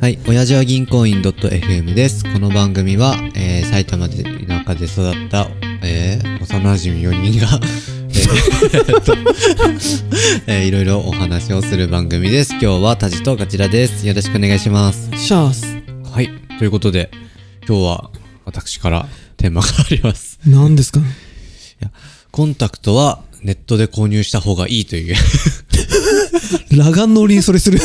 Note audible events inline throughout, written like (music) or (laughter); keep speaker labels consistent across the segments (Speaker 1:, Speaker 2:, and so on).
Speaker 1: はい、親父は銀行員 .fm です。この番組は、えー、埼玉で田舎で育った、えー、幼馴染4人が、えーえっとえー (laughs) いろいろお話をする番組です。今日はタジとガチラです。よろしくお願いします。
Speaker 2: シャース。
Speaker 1: はい、ということで、今日は私からテーマがあります。
Speaker 2: 何ですか
Speaker 1: コンタクトはネットで購入した方がいいという。
Speaker 2: 裸眼のりにそれする。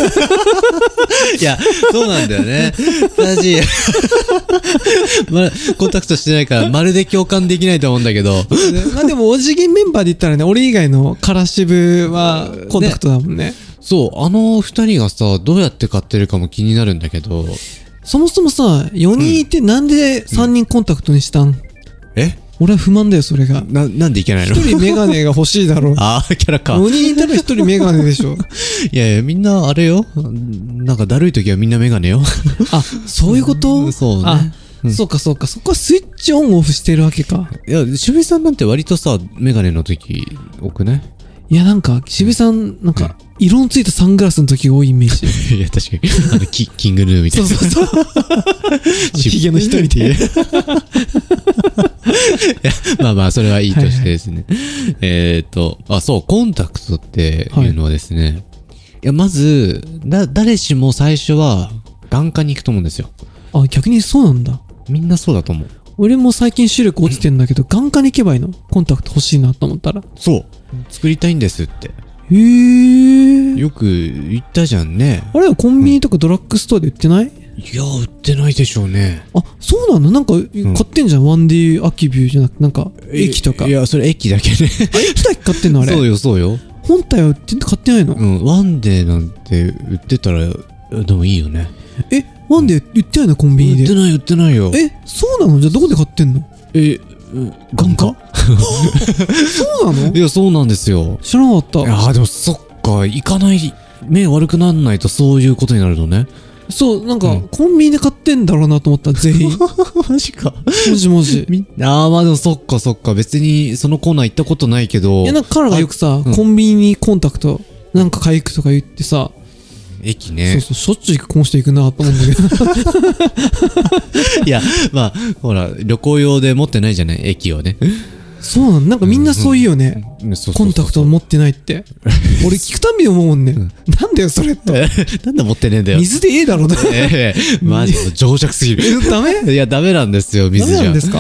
Speaker 1: いや、そうなんだよね。ただし、 (laughs) ま、コンタクトしてないから、まるで共感できないと思うんだけど、
Speaker 2: (laughs) まあでも、お辞儀メンバーで言ったらね、俺以外のカラシブはコンタクトだもんね。
Speaker 1: そう、あの二人がさ、どうやって買ってるかも気になるんだけど、
Speaker 2: そもそもさ、4人いてなんで3人コンタクトにしたん、
Speaker 1: え
Speaker 2: 俺は不満だよ、それが。
Speaker 1: な、なんでいけないの
Speaker 2: 1人メガネが欲しいだ (laughs) ろう。
Speaker 1: ああ、キャラか。
Speaker 2: 4人いたら1人メガネでし (laughs) ょ。
Speaker 1: いやいや、みんなあれよ。なんかだるい時はみんなメガネよ。
Speaker 2: あ、そういうこ
Speaker 1: う
Speaker 2: と
Speaker 1: んそうね
Speaker 2: あ、そうかそうか。そこはスイッチオンオフしてるわけか。
Speaker 1: いや、守備さんなんて割とさ、メガネの時、多くない
Speaker 2: いや、なんか、渋井さん、なんか、色のついたサングラスの時多いイメージ。
Speaker 1: (laughs) いや、確かに。あの、キキングヌーみたい
Speaker 2: (laughs) そう
Speaker 1: な。
Speaker 2: そうそう。
Speaker 1: ひげ
Speaker 2: 髭の一人
Speaker 1: (laughs)
Speaker 2: で。
Speaker 1: まあまあ、それはいいとしてですね。えっと、あ、そう、コンタクトっていうのはですね、い、や、まず、だ、誰しも最初は、眼科に行くと思うんですよ。
Speaker 2: あ、逆にそうなんだ。
Speaker 1: みんなそうだと思う。
Speaker 2: 俺も最近視力落ちてんだけど、眼科に行けばいいのコンタクト欲しいなと思ったら。
Speaker 1: そう。作りたいんですって。
Speaker 2: へえ。
Speaker 1: よく言ったじゃんね。
Speaker 2: あれはコンビニとかドラッグストアで売ってない、
Speaker 1: いや、売ってないでしょうね。
Speaker 2: あ、そうなのなんか、買ってんじゃん。1D アキビューじゃなくて、なんか、液とか。あ
Speaker 1: い
Speaker 2: 液
Speaker 1: や、それ駅だけね。 (laughs)
Speaker 2: だけ買ってんのあれ。
Speaker 1: そうよ、そうよ。
Speaker 2: 本体は売って、買ってないの、
Speaker 1: うん、ワンデーなんて売ってたら、でもいいよね。
Speaker 2: え、ワンで売ってないのコンビ
Speaker 1: 売
Speaker 2: ニ
Speaker 1: って
Speaker 2: で。
Speaker 1: ない、売ってないよ。
Speaker 2: え、そうなのじゃあどこで買ってんの
Speaker 1: え、うん眼科
Speaker 2: そうなの
Speaker 1: いや、そうなんですよ。
Speaker 2: 知らなかっ
Speaker 1: ああ、でもそっか、行かない、目悪くなんないとそういうことになるのね。
Speaker 2: た。そう、なんか、
Speaker 1: うん
Speaker 2: コンビニで買ってんだろうなと思っ
Speaker 1: (laughs)
Speaker 2: た、全員。 (laughs)
Speaker 1: マジか。
Speaker 2: もしもし。
Speaker 1: みああ、まあでもそっかそっか、別にそのコーナー行ったことないけど
Speaker 2: いや、、なんか彼らがよくさ、
Speaker 1: うん
Speaker 2: コンビニにコンタクト、なんか買い行くとか言ってさ、
Speaker 1: 駅
Speaker 2: そう
Speaker 1: ね。
Speaker 2: そう、しょっちゅうこの人行くなと思うんだ (laughs) けど。
Speaker 1: (laughs) いや、まあ、ほら、旅行用で持ってないじゃない、駅をね。
Speaker 2: そうなのなんかみんなそう言うよね。コンタクト持ってない (laughs) って。俺聞くたんびに思うもんね。なんだよ、それって。
Speaker 1: ト。 (laughs) なんで持ってねえんだよ。
Speaker 2: 水でええだろ、 (laughs) だ
Speaker 1: ええマジで、情弱すぎる。
Speaker 2: ダ
Speaker 1: (laughs)
Speaker 2: メ
Speaker 1: いや、ダメなんですよ、水じゃ。
Speaker 2: ダメなんですか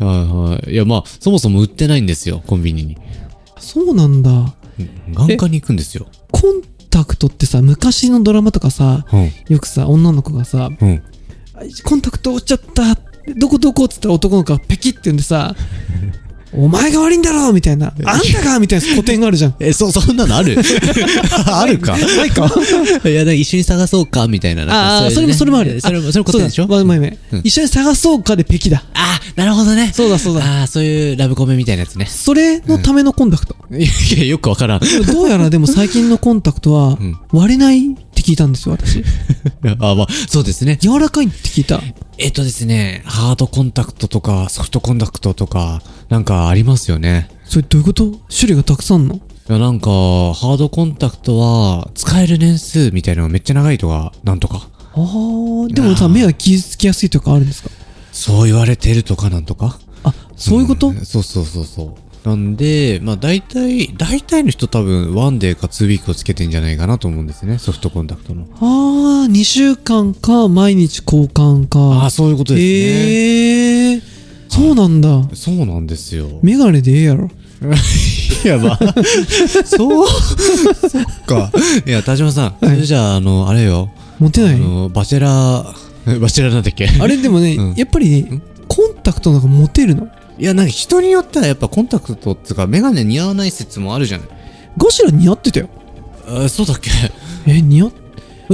Speaker 1: はいはい。いや、まあ、そもそも売ってないんですよ、コンビニに。
Speaker 2: そうなんだ。
Speaker 1: うん眼科に行くんですよ。
Speaker 2: コンタクトってさ、昔のドラマとかさ、
Speaker 1: うん。
Speaker 2: よくさ、女の子がさ、
Speaker 1: うん。
Speaker 2: あコンタクト落ちちゃった。どこどこっつったら男の子がペキって言うんで (laughs) さ、お前が悪いんだろみたいな。あんたがみたいな古典があるじゃん。
Speaker 1: え、そ、 (laughs) そんなのあ
Speaker 2: (laughs)
Speaker 1: るあるか
Speaker 2: ないか
Speaker 1: (laughs) いや、なんか一緒に探そうか、みたいな。
Speaker 2: ああ、それもそれもある。
Speaker 1: それも、それことでしょ
Speaker 2: そうだまあまあま
Speaker 1: う
Speaker 2: あ
Speaker 1: ん
Speaker 2: 一緒に探そうかでペキだ。
Speaker 1: あ、なるほどね。
Speaker 2: そうだそうだ。
Speaker 1: ああ、そういうラブコメみたいなやつ
Speaker 2: (laughs)
Speaker 1: ね。
Speaker 2: それのためのコンタクト。
Speaker 1: いや、よくわ (laughs) からん。
Speaker 2: どうやらでも最近のコンタクトは
Speaker 1: ん
Speaker 2: 割れないって聞いたんですよ、私。
Speaker 1: あ、まあ、そうですね。
Speaker 2: 柔らかいって聞いた。
Speaker 1: えっとですね、ハードコンタクトとか、ソフトコンタクトとか、なんかありますよね。
Speaker 2: それどういうこと種類がたくさんあんの
Speaker 1: いや、なんか、ハードコンタクトは、使える年数みたいなのがめっちゃ長いとか、なんとか。
Speaker 2: ああ、でもさ、目が傷つきやすいとかあるんですか
Speaker 1: そう言われてるとかなんとか。
Speaker 2: あ、そういうこと
Speaker 1: んそうそうそうそう。なんで、まあ大体、大体の人多分、ワンデーかツービークをつけてんじゃないかなと思うんですね、ソフトコンタクトの。
Speaker 2: ああ、2週間か、毎日交換
Speaker 1: あ
Speaker 2: か
Speaker 1: あ、。そういうことですね。
Speaker 2: ええー、そうなんだ。
Speaker 1: そうなんですよ。
Speaker 2: メガネでええやろ。
Speaker 1: (laughs) いや、まあ、 (laughs) そう、そっか。いや、田島さん、それじゃあ、あの、あれよ、
Speaker 2: 持てな
Speaker 1: あ
Speaker 2: い
Speaker 1: の、バチェラー、 (laughs) バチェラーなんだっけ
Speaker 2: あれでもね、
Speaker 1: うん
Speaker 2: やっぱりね、コンタクトなんか持てるの。
Speaker 1: いや、なんか人によってはやっぱコンタクトっていうか、メガネ似合わない説もあるじゃない。
Speaker 2: ガジラ似合ってたよ。
Speaker 1: あそうだっけ
Speaker 2: え、似合っ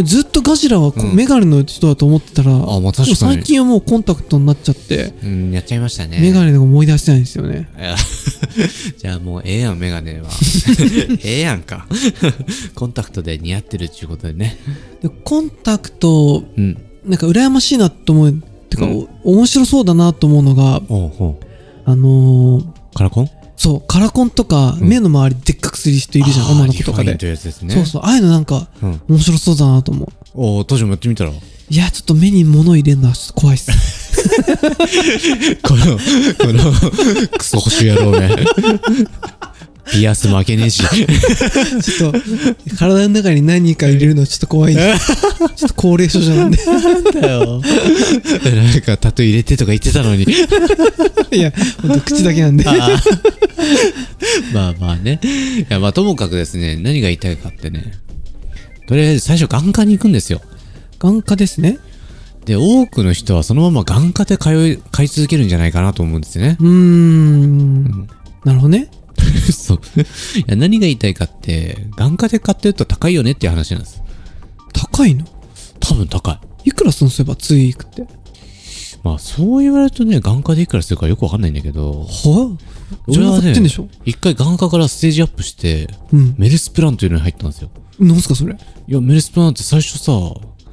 Speaker 2: ずっとガジラはこう
Speaker 1: うん
Speaker 2: メガネの人だと思ってたら、
Speaker 1: あまあ確かに
Speaker 2: でも最近はもうコンタクトになっちゃって、
Speaker 1: うん、やっちゃいましたね。
Speaker 2: メガネが思い出せないんですよね。
Speaker 1: いや (laughs) じゃあもうええやん、メガ (laughs) ネは。ええやんか。 (laughs) コンタクトで似合ってるっちゅうことでね。
Speaker 2: でコンタクト、
Speaker 1: うん。
Speaker 2: なんか羨ましいなと思う、てか、
Speaker 1: うん
Speaker 2: お面白そうだなと思うのが、
Speaker 1: おうほ
Speaker 2: あのー、
Speaker 1: う。カラコン
Speaker 2: そう、カラコンとか、
Speaker 1: ん
Speaker 2: 目の周りでっかくする人いるじゃん、女の子とか
Speaker 1: リファイン
Speaker 2: で
Speaker 1: とい。うやつですね。
Speaker 2: そうそう、ああいうのなんか、
Speaker 1: うん。
Speaker 2: 面白そうだなと思う。
Speaker 1: おお、当時もやってみたら。
Speaker 2: いや、ちょっと目に物入れるのはちょっと怖いっす。
Speaker 1: この、この、 (laughs) クソ補修野郎め。ピアス負けねえし。
Speaker 2: ちょっと、体の中に何か入れるのちょっと怖い
Speaker 1: (laughs)
Speaker 2: んで。ちょっと高齢者じゃなんで。
Speaker 1: だよ。なんか、タトゥー入れてとか言ってたのに。
Speaker 2: いや、ほんと口だけなんで。
Speaker 1: あー (laughs) まあまあね。いや、まあともかくですね、何が言いたいかってね。とりあえず最初眼科に行くんですよ。
Speaker 2: 眼科ですね。
Speaker 1: で、多くの人はそのまま眼科で通い、買い続けるんじゃないかなと思うんですよ
Speaker 2: (laughs)
Speaker 1: ね。
Speaker 2: うーん。なるほどね。
Speaker 1: そう。いや、何が言いたいかって、眼科で買ってると高いよねっていう話なんです。
Speaker 2: 高いの
Speaker 1: 多分高い。
Speaker 2: いくら損すればつい行くって。
Speaker 1: まあ、そう言われるとね、眼科でいくらするかよくわかんないんだけど、
Speaker 2: はぁじゃあ上がってんでしょ
Speaker 1: 一回眼科からステージアップして、
Speaker 2: うん。
Speaker 1: メルスプランというのに入ったんですよ。
Speaker 2: なんすかそれ。
Speaker 1: いや、メルスプランって最初さ、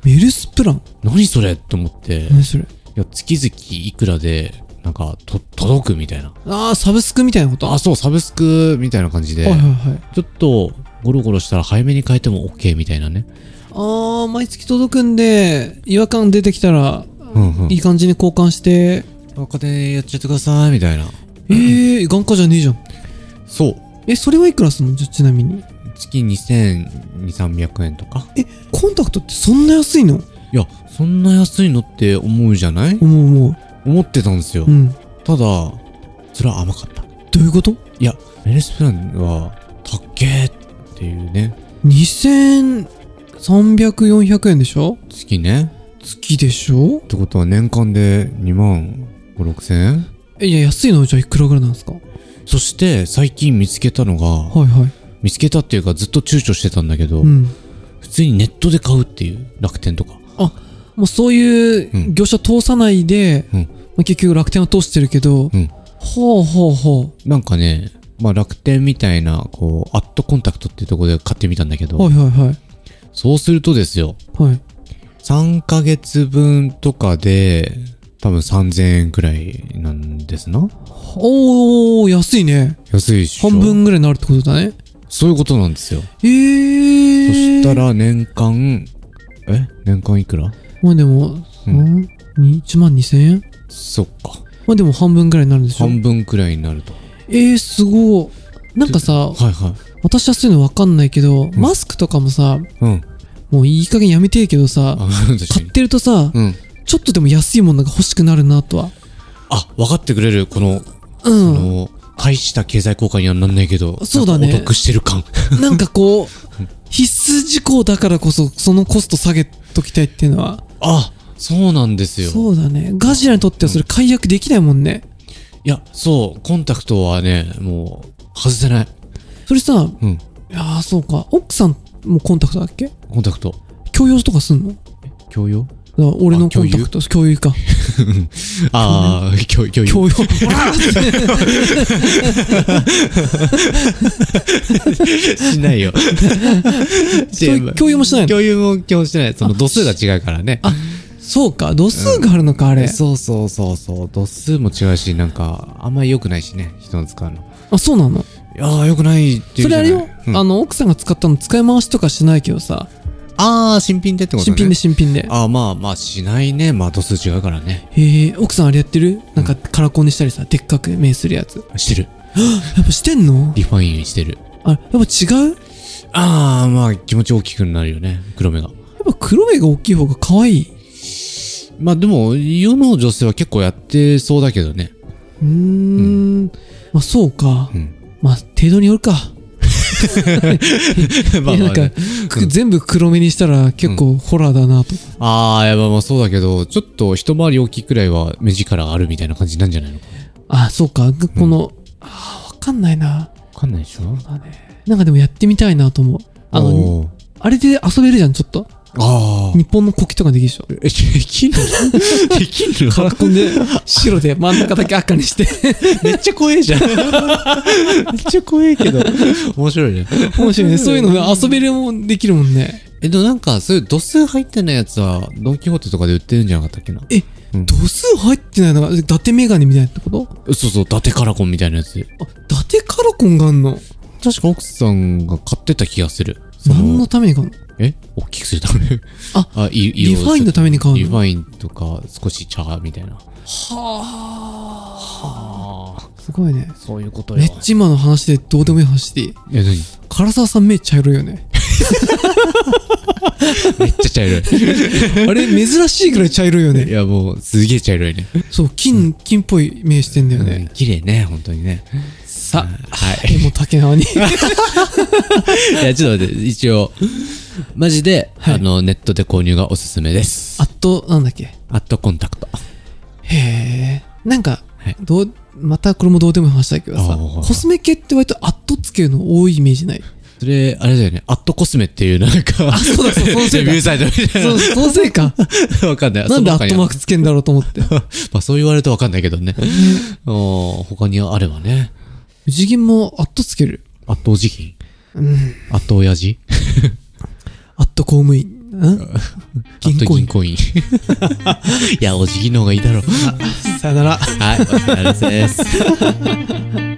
Speaker 2: メルスプラン
Speaker 1: 何それと思って、
Speaker 2: 何それ
Speaker 1: いや、月々いくらで、なんか、と、届くみたいな。
Speaker 2: あー、サブスクみたいなこと
Speaker 1: あ、そう、サブスクみたいな感じで、
Speaker 2: はいはいはい。
Speaker 1: ちょっと、ゴロゴロしたら早めに変えても OK みたいなね。
Speaker 2: あー、毎月届くんで、違和感出てきたら、
Speaker 1: うんうん。
Speaker 2: いい感じに交換して、
Speaker 1: お金やっちゃってください、みたいな。
Speaker 2: えー、眼科じゃねえじゃん。
Speaker 1: そう。
Speaker 2: え、それはいくらすんのじゃちなみに。
Speaker 1: 月2200、300円とか。
Speaker 2: え、コンタクトってそんな安いの
Speaker 1: いや、そんな安いのって思うじゃない
Speaker 2: 思う思
Speaker 1: 思ってたんですよ
Speaker 2: う。う。ん。
Speaker 1: ただ、それは甘かった。
Speaker 2: どういうこと
Speaker 1: いや、メルスプランは、たっけーっていうね、
Speaker 2: ?2300、400円でしょ
Speaker 1: 月ね。
Speaker 2: 月でしょ
Speaker 1: ってことは年間で2万5、6千円
Speaker 2: え、いや、安いのじゃあいくらぐらいなんですかは
Speaker 1: そして、最近見つけたのが、
Speaker 2: いはい。
Speaker 1: 見つけたっていうかずっと躊躇してたんだけど、
Speaker 2: うん。
Speaker 1: 普通にネットで買うっていう、楽天とか。
Speaker 2: もうそういうう業者通さないで、
Speaker 1: うん
Speaker 2: まあ、結局楽天は通してるけど、
Speaker 1: うん
Speaker 2: ほうほうほ
Speaker 1: なんかね、まあ楽天みたいな、こう、アットコンタクトっていうところで買ってみたんだけど、
Speaker 2: う。はいはいはい。
Speaker 1: そうするとですよ、
Speaker 2: はい。
Speaker 1: 3ヶ月分とかで、多分3000円くらいなんですな。
Speaker 2: おー、安いね。
Speaker 1: 安いっしょ。
Speaker 2: 半分ぐらいになるってことだね。
Speaker 1: そういうことなんですよ。
Speaker 2: えー。
Speaker 1: そした、ら年間、え年間いくら
Speaker 2: まあでも、
Speaker 1: う
Speaker 2: うんん、1万2000円
Speaker 1: そっか。
Speaker 2: まあでも半分ぐらいになるんでしょ
Speaker 1: 半分くらいになると。
Speaker 2: えー、すごい。なんかさ、
Speaker 1: はいはい。
Speaker 2: 私はそういうのわかんないけど、マスクとかもさ、
Speaker 1: うん。
Speaker 2: もういい加減やめてえけど
Speaker 1: あ、
Speaker 2: さ、
Speaker 1: 確か
Speaker 2: 買っ
Speaker 1: に。
Speaker 2: てるとさ、
Speaker 1: うん。
Speaker 2: ちょっとでも安いものが欲しくなるなとは。
Speaker 1: あ、分かってくれる、この、
Speaker 2: う
Speaker 1: あ
Speaker 2: ん。
Speaker 1: の、大した経済効果にはなんないけど、
Speaker 2: そうだ
Speaker 1: な
Speaker 2: ね
Speaker 1: んかお得してる感。
Speaker 2: なんかこう、必須事項だからこそ、そのコスト下げときたいっていうのは。
Speaker 1: あ、そうなんですよ。
Speaker 2: そうだね。ガジラにとってはそれ解約できないもんね。
Speaker 1: いや、そう、コンタクトはね、もう、外せない。
Speaker 2: それさ、
Speaker 1: うん。
Speaker 2: いやーそうか。奥さんもコンタクトだっけ
Speaker 1: コンタクト。
Speaker 2: 共用とかすんのだか
Speaker 1: 共用
Speaker 2: ら俺
Speaker 1: あ
Speaker 2: のコ
Speaker 1: 共
Speaker 2: ン
Speaker 1: 有
Speaker 2: タクト、共有か。
Speaker 1: ああ、共共有。
Speaker 2: 共
Speaker 1: (laughs)
Speaker 2: 用。ほらーって
Speaker 1: しない (laughs) よ。
Speaker 2: そういう共有もしないの
Speaker 1: 共有も基本してない。その度数が違うからね。
Speaker 2: (laughs) そうか。度数があるのか、あれ。
Speaker 1: そうそうそうそう。度数も違うし、なんか、あんまり良くないしね、人の使うの。
Speaker 2: あ、そうなの
Speaker 1: いやー、良くないっていうじ
Speaker 2: それ
Speaker 1: ゃな
Speaker 2: あれ
Speaker 1: い
Speaker 2: よ、
Speaker 1: うん
Speaker 2: あの、奥さんが使ったの使い回しとかしないけどさ、
Speaker 1: あー、新品でってことね。
Speaker 2: 新品で新品で。
Speaker 1: あー、まあまあ、しないね。まあ、度数違うからね。
Speaker 2: へえ、奥さんあれやってるなんかカラコンにしたりさ、でっかく目するやつ。
Speaker 1: してる。
Speaker 2: やっぱしてんの
Speaker 1: リファインしてる。
Speaker 2: あ、やっぱ違うやっ
Speaker 1: あー、まあ、気持ち大きくなるよね。黒目が。
Speaker 2: ぱ黒目が大きい方が可愛い。
Speaker 1: まあ、でも、世の女性は結構やってそうだけどね。 (laughs)
Speaker 2: うーん。まあそうか。
Speaker 1: うん。
Speaker 2: まあ程度によるか。
Speaker 1: まあ
Speaker 2: いや
Speaker 1: ま
Speaker 2: な
Speaker 1: あ
Speaker 2: んか
Speaker 1: ね、
Speaker 2: く全部黒目にしたら結構ホラーだなと。
Speaker 1: あー、いやまあまあそうだけど、ちょっと一回り大きいくらいは目力があるみたいな感じなんじゃないのかな。
Speaker 2: あ、そうか。この、あーわかんないな。
Speaker 1: わかんないでしょ
Speaker 2: そうだね。なんかでもやってみたいなと思う。あの、
Speaker 1: おー
Speaker 2: あれで遊べるじゃん、ちょっと。
Speaker 1: あー。
Speaker 2: 日本の国旗とかできるでしょ。
Speaker 1: え、できんのできんの
Speaker 2: カラコン (laughs) で白で真ん中だけ赤にして
Speaker 1: めっちゃ怖えじゃん。めっちゃ怖えけど。面白 (laughs) いね。
Speaker 2: 面白いねそういうのが遊べるもんできるもんね
Speaker 1: え、でもなんか、そういう度数入ってないやつは、ドンキホーテとかで売ってるんじゃなかったっけな。
Speaker 2: え
Speaker 1: うん
Speaker 2: 度数入ってないのが伊達メガネみたいなってこと
Speaker 1: そうそう、伊達カラコンみたいなやつ。
Speaker 2: あ伊達カラコンがあんの
Speaker 1: 確か奥さんが買ってた気がする。そ
Speaker 2: 何
Speaker 1: の、
Speaker 2: のために買うの
Speaker 1: いえ大きくするため
Speaker 2: あ、
Speaker 1: あ、い
Speaker 2: リファインのために買うの
Speaker 1: リファインとか、少し茶みたいな。
Speaker 2: は
Speaker 1: ああ、
Speaker 2: あ。すごいね。
Speaker 1: そういうこと
Speaker 2: めっちゃ今の話でどうでもいい話していい
Speaker 1: え、何
Speaker 2: 唐沢さん目茶色いよね。
Speaker 1: めっちゃ茶色い。
Speaker 2: (laughs) あれ、珍しいぐらい茶色いよ
Speaker 1: い
Speaker 2: ね。
Speaker 1: や、もう、すげえ茶色いね。
Speaker 2: そう、金、金っぽい目してんだよね。
Speaker 1: 綺麗ね、本当にね。
Speaker 2: さ、
Speaker 1: はい。
Speaker 2: (laughs) え、もう竹縄に。
Speaker 1: いや、ちょっと待って、一応、マジで、
Speaker 2: はい
Speaker 1: あの、ネットで購入がおすすめです。
Speaker 2: あと、なんだっけ。
Speaker 1: アットコンタクト。
Speaker 2: へえ。なんか、
Speaker 1: はい
Speaker 2: どう、またこれもどうでもいい話だけどさ、
Speaker 1: おー
Speaker 2: コスメ系って割とアットつけるの多いイメージ
Speaker 1: (laughs)
Speaker 2: ない。
Speaker 1: それ、あれだよね、アットコスメっていうなんか、あ、
Speaker 2: そうだそうそのせ
Speaker 1: (laughs) レビ
Speaker 2: いだ
Speaker 1: ューサイトみたい
Speaker 2: そう、そのせいか。
Speaker 1: な。わかんない。
Speaker 2: なんで
Speaker 1: (laughs)
Speaker 2: ア
Speaker 1: その他
Speaker 2: ッ
Speaker 1: に
Speaker 2: トマークつけんだろうと思って。
Speaker 1: (laughs) まあそう言われるとわかんないけどね。お他にあればね。
Speaker 2: 藤銀もアットつける。
Speaker 1: あとおじきん。
Speaker 2: うん。
Speaker 1: あと親父。
Speaker 2: アット公務員。
Speaker 1: (laughs)
Speaker 2: ん銀
Speaker 1: あと
Speaker 2: 行
Speaker 1: 銀
Speaker 2: 員。
Speaker 1: 行員。い (laughs) や、おじきんの方がいいだろう。
Speaker 2: さよなら。
Speaker 1: はい、お疲れ様です。